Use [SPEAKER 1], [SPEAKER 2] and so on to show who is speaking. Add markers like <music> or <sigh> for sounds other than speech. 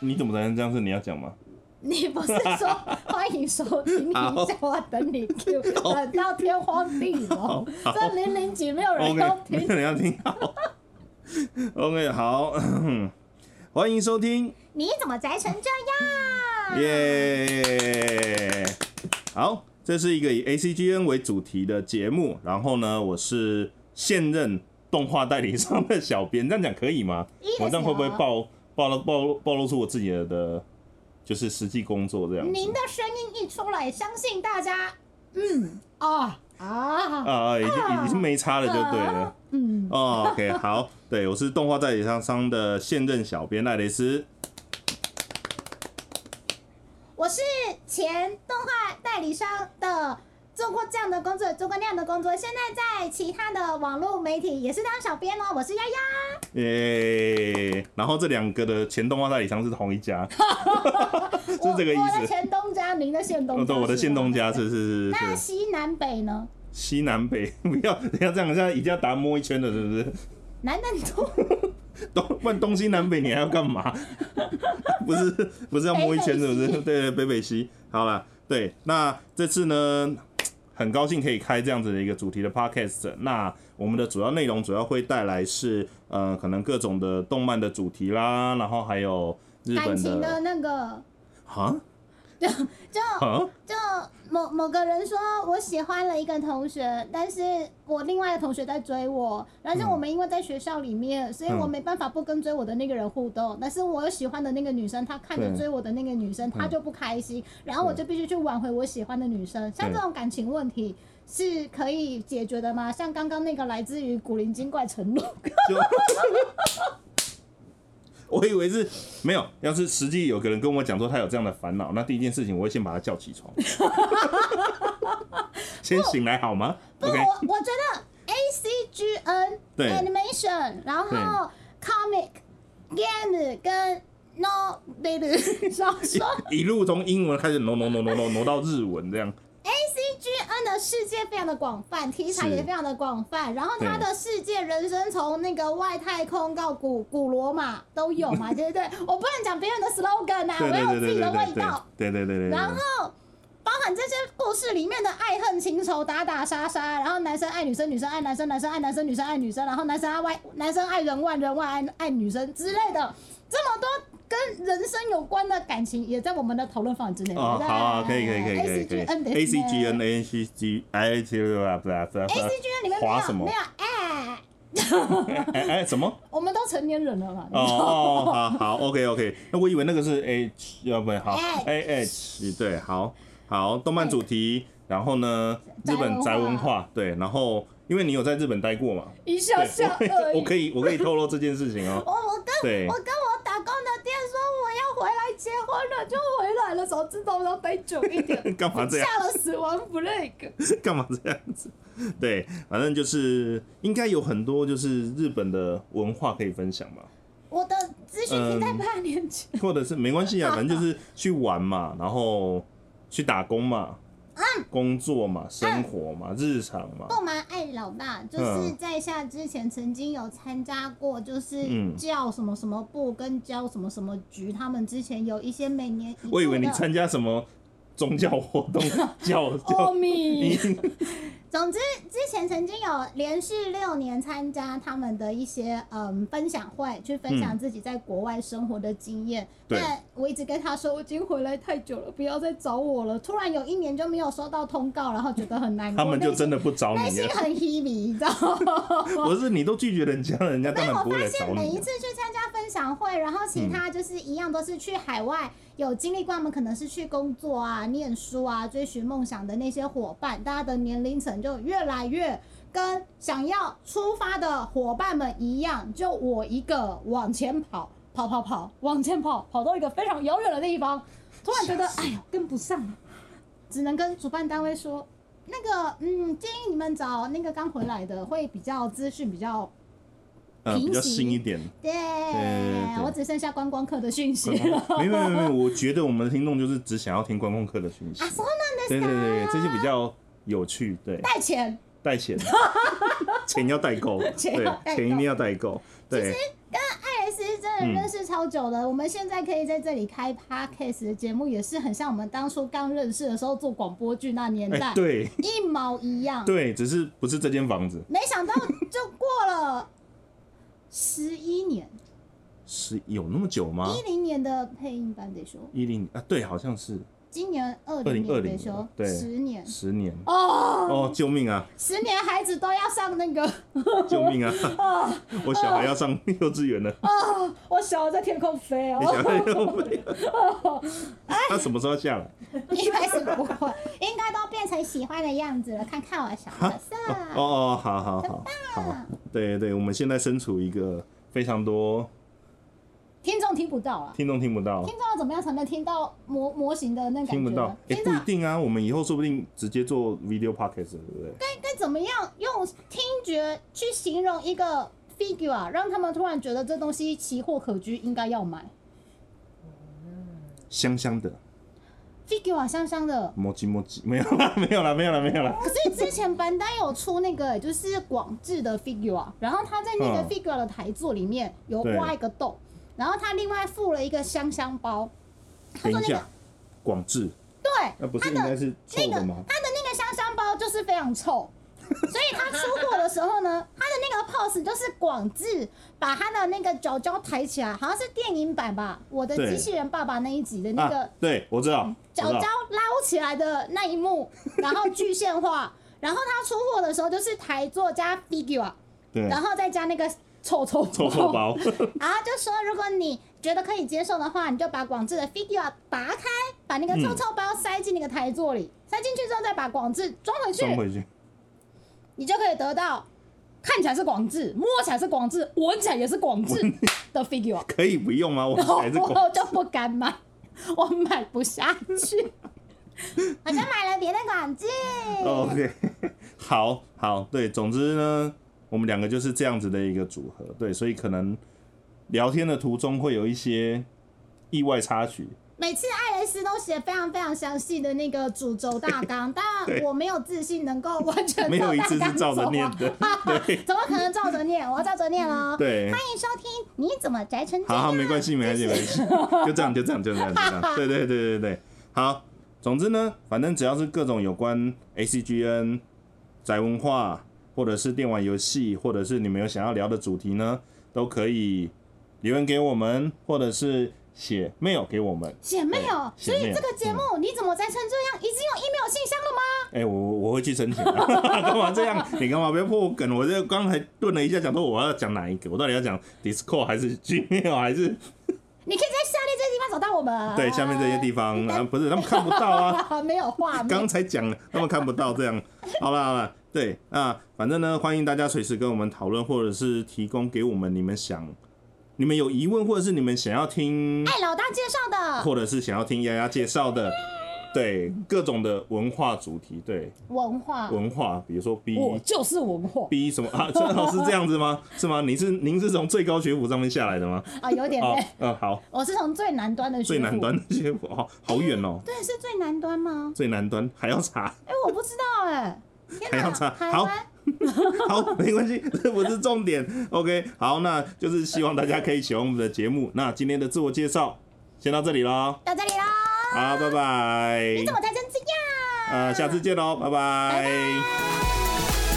[SPEAKER 1] 你怎么才能这样？是你要讲吗？
[SPEAKER 2] 你不是说欢迎收听？
[SPEAKER 1] <laughs>
[SPEAKER 2] 你
[SPEAKER 1] 好
[SPEAKER 2] 叫我等
[SPEAKER 1] <laughs>
[SPEAKER 2] 你 Q，等到天荒地老，这零零几没有人
[SPEAKER 1] OK，
[SPEAKER 2] 要
[SPEAKER 1] 没
[SPEAKER 2] 听。
[SPEAKER 1] 有人要听。好 OK，好，嗯欢迎收听，
[SPEAKER 2] 你怎么宅成这样？
[SPEAKER 1] 耶、好，这是一个以 ACGN 为主题的节目。然后呢，我是现任动画代理商的小编，这样讲可以吗？
[SPEAKER 2] いいですよ
[SPEAKER 1] 我这样会不会暴暴露暴露暴露出我自己的的，就是实际工作这样子？
[SPEAKER 2] 您的声音一出来，相信大家，嗯啊啊，
[SPEAKER 1] 啊，已经
[SPEAKER 2] 啊
[SPEAKER 1] 已经没差了，就对了。
[SPEAKER 2] 嗯，
[SPEAKER 1] 哦，OK，好，对我是动画代理商商的现任小编赖蕾丝。
[SPEAKER 2] 我是前动画代理商的，做过这样的工作，做过那样的工作，现在在其他的网络媒体也是当小编哦。我是丫丫，
[SPEAKER 1] 耶、然后这两个的前动画代理商是同一家， <laughs> 是
[SPEAKER 2] 我
[SPEAKER 1] 这个意
[SPEAKER 2] 我
[SPEAKER 1] 思。
[SPEAKER 2] 的前东家，您的现东家
[SPEAKER 1] 哦，
[SPEAKER 2] 是
[SPEAKER 1] 对，
[SPEAKER 2] 吗，
[SPEAKER 1] 我的现东家是是是
[SPEAKER 2] 那
[SPEAKER 1] 是
[SPEAKER 2] 西南北呢？
[SPEAKER 1] 西南北，不要不要这样，现在一定要打摸一圈的，是不是？
[SPEAKER 2] 南南东
[SPEAKER 1] 东 <laughs> 问东西南北，你还要干嘛？ <laughs> 不是不是要摸一圈，是不是
[SPEAKER 2] 北北？
[SPEAKER 1] 对对，北北西。好啦，对，那这次呢，很高兴可以开这样子的一个主题的 podcast。那我们的主要内容主要会带来是呃，可能各种的动漫的主题啦，然后还有日
[SPEAKER 2] 感
[SPEAKER 1] 本
[SPEAKER 2] 情
[SPEAKER 1] 的
[SPEAKER 2] 的那个，
[SPEAKER 1] 啊
[SPEAKER 2] 就
[SPEAKER 1] 啊
[SPEAKER 2] 就某某个人说我喜欢了一个同学，但是我另外一个同学在追我，但是我们因为在学校里面，所以我没办法不跟追我的那个人互动，但是我有喜欢的那个女生，她看着
[SPEAKER 1] 对
[SPEAKER 2] 追我的那个女生，她就不开心，然后我就必须去挽回我喜欢的女生，像
[SPEAKER 1] 对
[SPEAKER 2] 这种感情问题。是可以解决的吗？像刚刚那个来自于古灵精怪承诺，
[SPEAKER 1] 就。我以为是没有，要是实际有个人跟我讲说他有这样的烦恼，那第一件事情我会先把他叫起床，先醒来好吗
[SPEAKER 2] 不，
[SPEAKER 1] ？OK，
[SPEAKER 2] 我我觉得 A C G N
[SPEAKER 1] 对
[SPEAKER 2] animation，然后 comic game 跟 no
[SPEAKER 1] <laughs>
[SPEAKER 2] baby 小说。
[SPEAKER 1] 一路从英文开始挪挪挪挪挪挪到日文这样，
[SPEAKER 2] A C G N 的世界非常的广泛，题材
[SPEAKER 1] 是
[SPEAKER 2] 也非常的广泛，然后它
[SPEAKER 1] 对
[SPEAKER 2] 的世界人生从那个外太空到古古罗马都有
[SPEAKER 1] <laughs>
[SPEAKER 2] 嘛，对不对？我不能讲别人的 slogan 啊，
[SPEAKER 1] 对
[SPEAKER 2] 我
[SPEAKER 1] 对
[SPEAKER 2] 要
[SPEAKER 1] 对
[SPEAKER 2] 有自
[SPEAKER 1] 对
[SPEAKER 2] 己
[SPEAKER 1] 对
[SPEAKER 2] 的味
[SPEAKER 1] 对对
[SPEAKER 2] 道。
[SPEAKER 1] 对对对对，
[SPEAKER 2] 然后包含这些故事里面的爱恨情仇、打打杀杀，然后男生爱女生，女生爱男生，男生爱男生，女生爱女生，然后男生爱外，男生爱人外，人外爱爱女生之类的，这么多跟人生有关的感情，也在我们的讨论范围之内。
[SPEAKER 1] 哦，
[SPEAKER 2] 对不对
[SPEAKER 1] 好啊，可以可以可以可以可以
[SPEAKER 2] ACGN
[SPEAKER 1] ，A C G N
[SPEAKER 2] 的
[SPEAKER 1] A C G I T 不啦不啦
[SPEAKER 2] A C G N 里面没
[SPEAKER 1] 划
[SPEAKER 2] 有
[SPEAKER 1] 什么
[SPEAKER 2] 没有哎，
[SPEAKER 1] 哎哎什么？
[SPEAKER 2] 我们都成年人了嘛。
[SPEAKER 1] 哦哦，好好，OK <laughs> OK，那我以为那个是 H，要不呃然好
[SPEAKER 2] H
[SPEAKER 1] A H，对，好好，动漫主题，然后呢，日本
[SPEAKER 2] 宅
[SPEAKER 1] 宅
[SPEAKER 2] 文化
[SPEAKER 1] 文化，对，然后因为你有在日本待过嘛，
[SPEAKER 2] 一笑
[SPEAKER 1] 对，
[SPEAKER 2] 笑
[SPEAKER 1] 我可以
[SPEAKER 2] 而已。
[SPEAKER 1] 我可以我可以透露这件事情 <laughs> 哦，
[SPEAKER 2] 我我跟
[SPEAKER 1] 对
[SPEAKER 2] 我跟我打工的店说我要回来结婚了，就回来了，早知道我要待久一点。
[SPEAKER 1] 干嘛这样？
[SPEAKER 2] 下了死亡 flag，
[SPEAKER 1] 干嘛这样子？ <laughs> 对，反正就是应该有很多就是日本的文化可以分享吧，
[SPEAKER 2] 我的资讯停在半年前。
[SPEAKER 1] 或者是没关 <laughs> 系啊，反正就是去玩嘛，然后去打工嘛，工作嘛，生活嘛，日常嘛，
[SPEAKER 2] 不瞒爱老大，就是在下之前曾经有参加过，就是
[SPEAKER 1] 嗯
[SPEAKER 2] 教什么什么部跟教什么什么局，他们之前有一些每年一度的。
[SPEAKER 1] 我以为你参加什么宗教活
[SPEAKER 2] <laughs>
[SPEAKER 1] 动，教
[SPEAKER 2] 欧
[SPEAKER 1] 教
[SPEAKER 2] 米
[SPEAKER 1] 你。
[SPEAKER 2] 总之，之前曾经有连续六年参加他们的一些嗯分享会，去分享自己在国外生活的经验。
[SPEAKER 1] 对
[SPEAKER 2] 但我一直跟他说，我已经回来太久了，不要再找我了。突然有一年就没有收到通告，然后觉得很难过，
[SPEAKER 1] 他们就真
[SPEAKER 2] 的
[SPEAKER 1] 的不找
[SPEAKER 2] 内
[SPEAKER 1] 你
[SPEAKER 2] 心
[SPEAKER 1] 了。
[SPEAKER 2] 很 heavy，你知道吗？
[SPEAKER 1] 不是你都拒绝人家了，人家当
[SPEAKER 2] 但
[SPEAKER 1] 然
[SPEAKER 2] 我
[SPEAKER 1] 不会
[SPEAKER 2] 发
[SPEAKER 1] 来找
[SPEAKER 2] 现
[SPEAKER 1] 你
[SPEAKER 2] 每
[SPEAKER 1] 嗯
[SPEAKER 2] 一
[SPEAKER 1] 啊。
[SPEAKER 2] 次去参加分享会，然后其他就是一样都是去海外，有经历过他们可能是去工作啊、念书啊、追寻梦想的那些伙伴，大家的年龄层就越来越跟想要出发的伙伴们一样，就我一个往前跑，跑跑跑，往前跑，跑到一个非常遥远的地方，突然觉得哎呦跟不上了，只能跟主办单位说。那个，嗯，建议你们找那个刚回来的，会比较资讯比较
[SPEAKER 1] 嗯，比较新一点。
[SPEAKER 2] 对，
[SPEAKER 1] 对
[SPEAKER 2] 我只剩下观光客的讯息
[SPEAKER 1] 没有
[SPEAKER 2] 了。
[SPEAKER 1] 没有没有，我觉得我们的听众就是只想要听观光客的讯息
[SPEAKER 2] <laughs> 哦啊，。そうなんで
[SPEAKER 1] 对
[SPEAKER 2] す
[SPEAKER 1] 对
[SPEAKER 2] か。
[SPEAKER 1] 对，嗯这些比较有趣。对，
[SPEAKER 2] 带钱，
[SPEAKER 1] 带
[SPEAKER 2] <laughs>
[SPEAKER 1] 钱，钱要代购，
[SPEAKER 2] 钱
[SPEAKER 1] 对
[SPEAKER 2] 要代，购
[SPEAKER 1] 钱一定要代购。对，
[SPEAKER 2] 但 IS 真的认识超久了，我们现在可以在这里开 podcast 的节目，也是很像我们当初刚认识的时候做广播剧那年
[SPEAKER 1] 哎、
[SPEAKER 2] 代，
[SPEAKER 1] 对
[SPEAKER 2] 一毛一样。
[SPEAKER 1] 对，只是不是这间房子，
[SPEAKER 2] 没想到就过了十一年，
[SPEAKER 1] 是有那么久吗？
[SPEAKER 2] 一零年的配音班得修，
[SPEAKER 1] 一零啊，对，好像是
[SPEAKER 2] 今年二零
[SPEAKER 1] 2020
[SPEAKER 2] 年得修，
[SPEAKER 1] 对
[SPEAKER 2] 十年
[SPEAKER 1] 十年。
[SPEAKER 2] 哦，
[SPEAKER 1] 哦，救命啊！
[SPEAKER 2] 十年孩子都要上那个，
[SPEAKER 1] <laughs> 救命啊！
[SPEAKER 2] <laughs>
[SPEAKER 1] 我小孩要上幼稚园
[SPEAKER 2] 哦
[SPEAKER 1] 了，
[SPEAKER 2] 我小在天空飞
[SPEAKER 1] 你
[SPEAKER 2] 哦，
[SPEAKER 1] 小孩要飞了，
[SPEAKER 2] 哎
[SPEAKER 1] 他什么时候下来？
[SPEAKER 2] <laughs> 一开始不会，应该都变成喜欢的样子了。看看我小角色，
[SPEAKER 1] 哦哦，好好好
[SPEAKER 2] 啊
[SPEAKER 1] 好，对对，我们现在身处一个非常多
[SPEAKER 2] 听众听不到啊。
[SPEAKER 1] 听众听不到
[SPEAKER 2] 听，众要怎么样才能听到模模型的那感觉
[SPEAKER 1] 听
[SPEAKER 2] 呢？
[SPEAKER 1] 不到，哎，
[SPEAKER 2] 听
[SPEAKER 1] 不
[SPEAKER 2] 到
[SPEAKER 1] 一定啊，我们以后说不定直接做 video podcast，了对不对？
[SPEAKER 2] 该哎该怎么样用听觉去形容一个 figure，、啊、让他们突然觉得这东西奇货可居，应该要买。
[SPEAKER 1] 香香的，
[SPEAKER 2] figure 啊香香的，
[SPEAKER 1] 摸叽摸叽，没有啦，没有啦，没有啦，没有啦。
[SPEAKER 2] 可是之前班丹有出那个就是广智的 figure，啊然后他在那个
[SPEAKER 1] 嗯
[SPEAKER 2] figure 的台座里面有
[SPEAKER 1] 对
[SPEAKER 2] 挖一个洞，然后他另外附了一个香香包。他
[SPEAKER 1] 等
[SPEAKER 2] 说
[SPEAKER 1] 一
[SPEAKER 2] 那个
[SPEAKER 1] 下，广智，
[SPEAKER 2] 对，
[SPEAKER 1] 那不是
[SPEAKER 2] 他
[SPEAKER 1] 应
[SPEAKER 2] 的
[SPEAKER 1] 该是
[SPEAKER 2] 那
[SPEAKER 1] 臭
[SPEAKER 2] 个
[SPEAKER 1] 的吗？
[SPEAKER 2] 他的那个香香包就是非
[SPEAKER 1] <laughs>
[SPEAKER 2] 常臭，所以他出货的时候呢，他的那个 pose 就是广志把他的那个脚脚抬起来，好像是电影版吧，《我的
[SPEAKER 1] 对
[SPEAKER 2] 机器人爸爸》那一集的那
[SPEAKER 1] 啊
[SPEAKER 2] 个，嗯
[SPEAKER 1] 对，我知道，我
[SPEAKER 2] 脚
[SPEAKER 1] 知
[SPEAKER 2] 脚
[SPEAKER 1] 道，
[SPEAKER 2] 捞起来的那一幕，然后具现化。然后他出货的时候就是台座加 figure，
[SPEAKER 1] 对，
[SPEAKER 2] 然后再加那个臭臭
[SPEAKER 1] 臭臭
[SPEAKER 2] <laughs>
[SPEAKER 1] 包。
[SPEAKER 2] 然后啊就说，如果你觉得可以接受的话，你就把广智的 figure 拔开，把那个
[SPEAKER 1] 嗯
[SPEAKER 2] 臭臭包塞进那个台座里，塞进去之后再把广智装回去，
[SPEAKER 1] 装回去。
[SPEAKER 2] 你就可以得到看起来是广智，摸起来是广智，闻起来也是广智
[SPEAKER 1] <laughs>
[SPEAKER 2] 的 figure。
[SPEAKER 1] 可以不用吗？我
[SPEAKER 2] 然后
[SPEAKER 1] 还是
[SPEAKER 2] <laughs>
[SPEAKER 1] 狗。
[SPEAKER 2] 我就不敢买，我买不下
[SPEAKER 1] <laughs>
[SPEAKER 2] 去，我就买了别的广智。
[SPEAKER 1] OK，好好，对，总之呢，我们两个就是这样子的一个组合，对，所以可能聊天的途中会有一些意外插曲，
[SPEAKER 2] 每次爱丽丝都写非常非常详细的那个主轴大纲，
[SPEAKER 1] <laughs>
[SPEAKER 2] 但我没有自信能够完全
[SPEAKER 1] 没有一次
[SPEAKER 2] 呃大纲
[SPEAKER 1] 是照着
[SPEAKER 2] 走
[SPEAKER 1] 念
[SPEAKER 2] 完
[SPEAKER 1] 的，对
[SPEAKER 2] <laughs> 怎么可能照着念？我要照着念喽。
[SPEAKER 1] 对
[SPEAKER 2] <laughs> 欢，迎收听，你怎么宅成这
[SPEAKER 1] 好
[SPEAKER 2] 样？
[SPEAKER 1] 好，没关系，没关系，没关系， <laughs> 就这样，就这样，就这样，就这样，对对对对对，好，总之呢，反正只要是各种有关 ACGN 宅文化，或者是电玩游戏，或者是你们有想要聊的主题呢，都可以留言给我们，或者是写 mail 给我们。
[SPEAKER 2] 姐妹哦，
[SPEAKER 1] 姐
[SPEAKER 2] 所
[SPEAKER 1] 妹
[SPEAKER 2] 以这个节目
[SPEAKER 1] 嗯
[SPEAKER 2] 你怎么宅成这样？已经有 email 信箱了吗？
[SPEAKER 1] 哎、我我会去申请、啊， <laughs> 干嘛这样？你干嘛不要破我梗？我这刚才顿了一下，想说我要讲哪一个？我到底要讲 Discord 还是 Gmail 还是
[SPEAKER 2] 你可以在下列这些地方找到我们。
[SPEAKER 1] 对下面这些地方？啊，不是他们看不到啊。
[SPEAKER 2] 方 <laughs> 没有画
[SPEAKER 1] <laughs> 刚
[SPEAKER 2] 面。
[SPEAKER 1] 才讲了，他们看不到这样。 <laughs> 好了好了，对，那反正呢，欢迎大家随时跟我们讨论，或者是提供给我们你们想、你们有疑问，或者是你们想要
[SPEAKER 2] <laughs>
[SPEAKER 1] 听，
[SPEAKER 2] 爱老大介绍的
[SPEAKER 1] 或者是想要听丫丫介绍的，对各种的文化主题，对
[SPEAKER 2] 文化，
[SPEAKER 1] 文化，比如说 B
[SPEAKER 2] 哦我就是文
[SPEAKER 1] <laughs>
[SPEAKER 2] 化
[SPEAKER 1] B 什么啊，真的是这样子吗？是吗？你是您是从最高学府上面下来的吗？
[SPEAKER 2] 啊，有点
[SPEAKER 1] 哦
[SPEAKER 2] 累。，
[SPEAKER 1] 嗯，好，
[SPEAKER 2] 我是从最南端的学
[SPEAKER 1] 最南
[SPEAKER 2] 府，
[SPEAKER 1] 端的学府，哦，好远哦，
[SPEAKER 2] 对，是最南端吗？
[SPEAKER 1] 最南端还要查。
[SPEAKER 2] 哎，我不知道哎。天
[SPEAKER 1] 还
[SPEAKER 2] 哪，
[SPEAKER 1] 要查
[SPEAKER 2] 台
[SPEAKER 1] 好
[SPEAKER 2] 湾
[SPEAKER 1] <laughs> 好，没关系，这不是重点。OK，好，那就是希望大家可以喜欢我们的节目。那今天的自我介绍先到这里喽，
[SPEAKER 2] 到这里啦。
[SPEAKER 1] 好，拜拜呃
[SPEAKER 2] 你。怎么宅成这样？
[SPEAKER 1] 哦呃，下次见喽，拜拜
[SPEAKER 2] 拜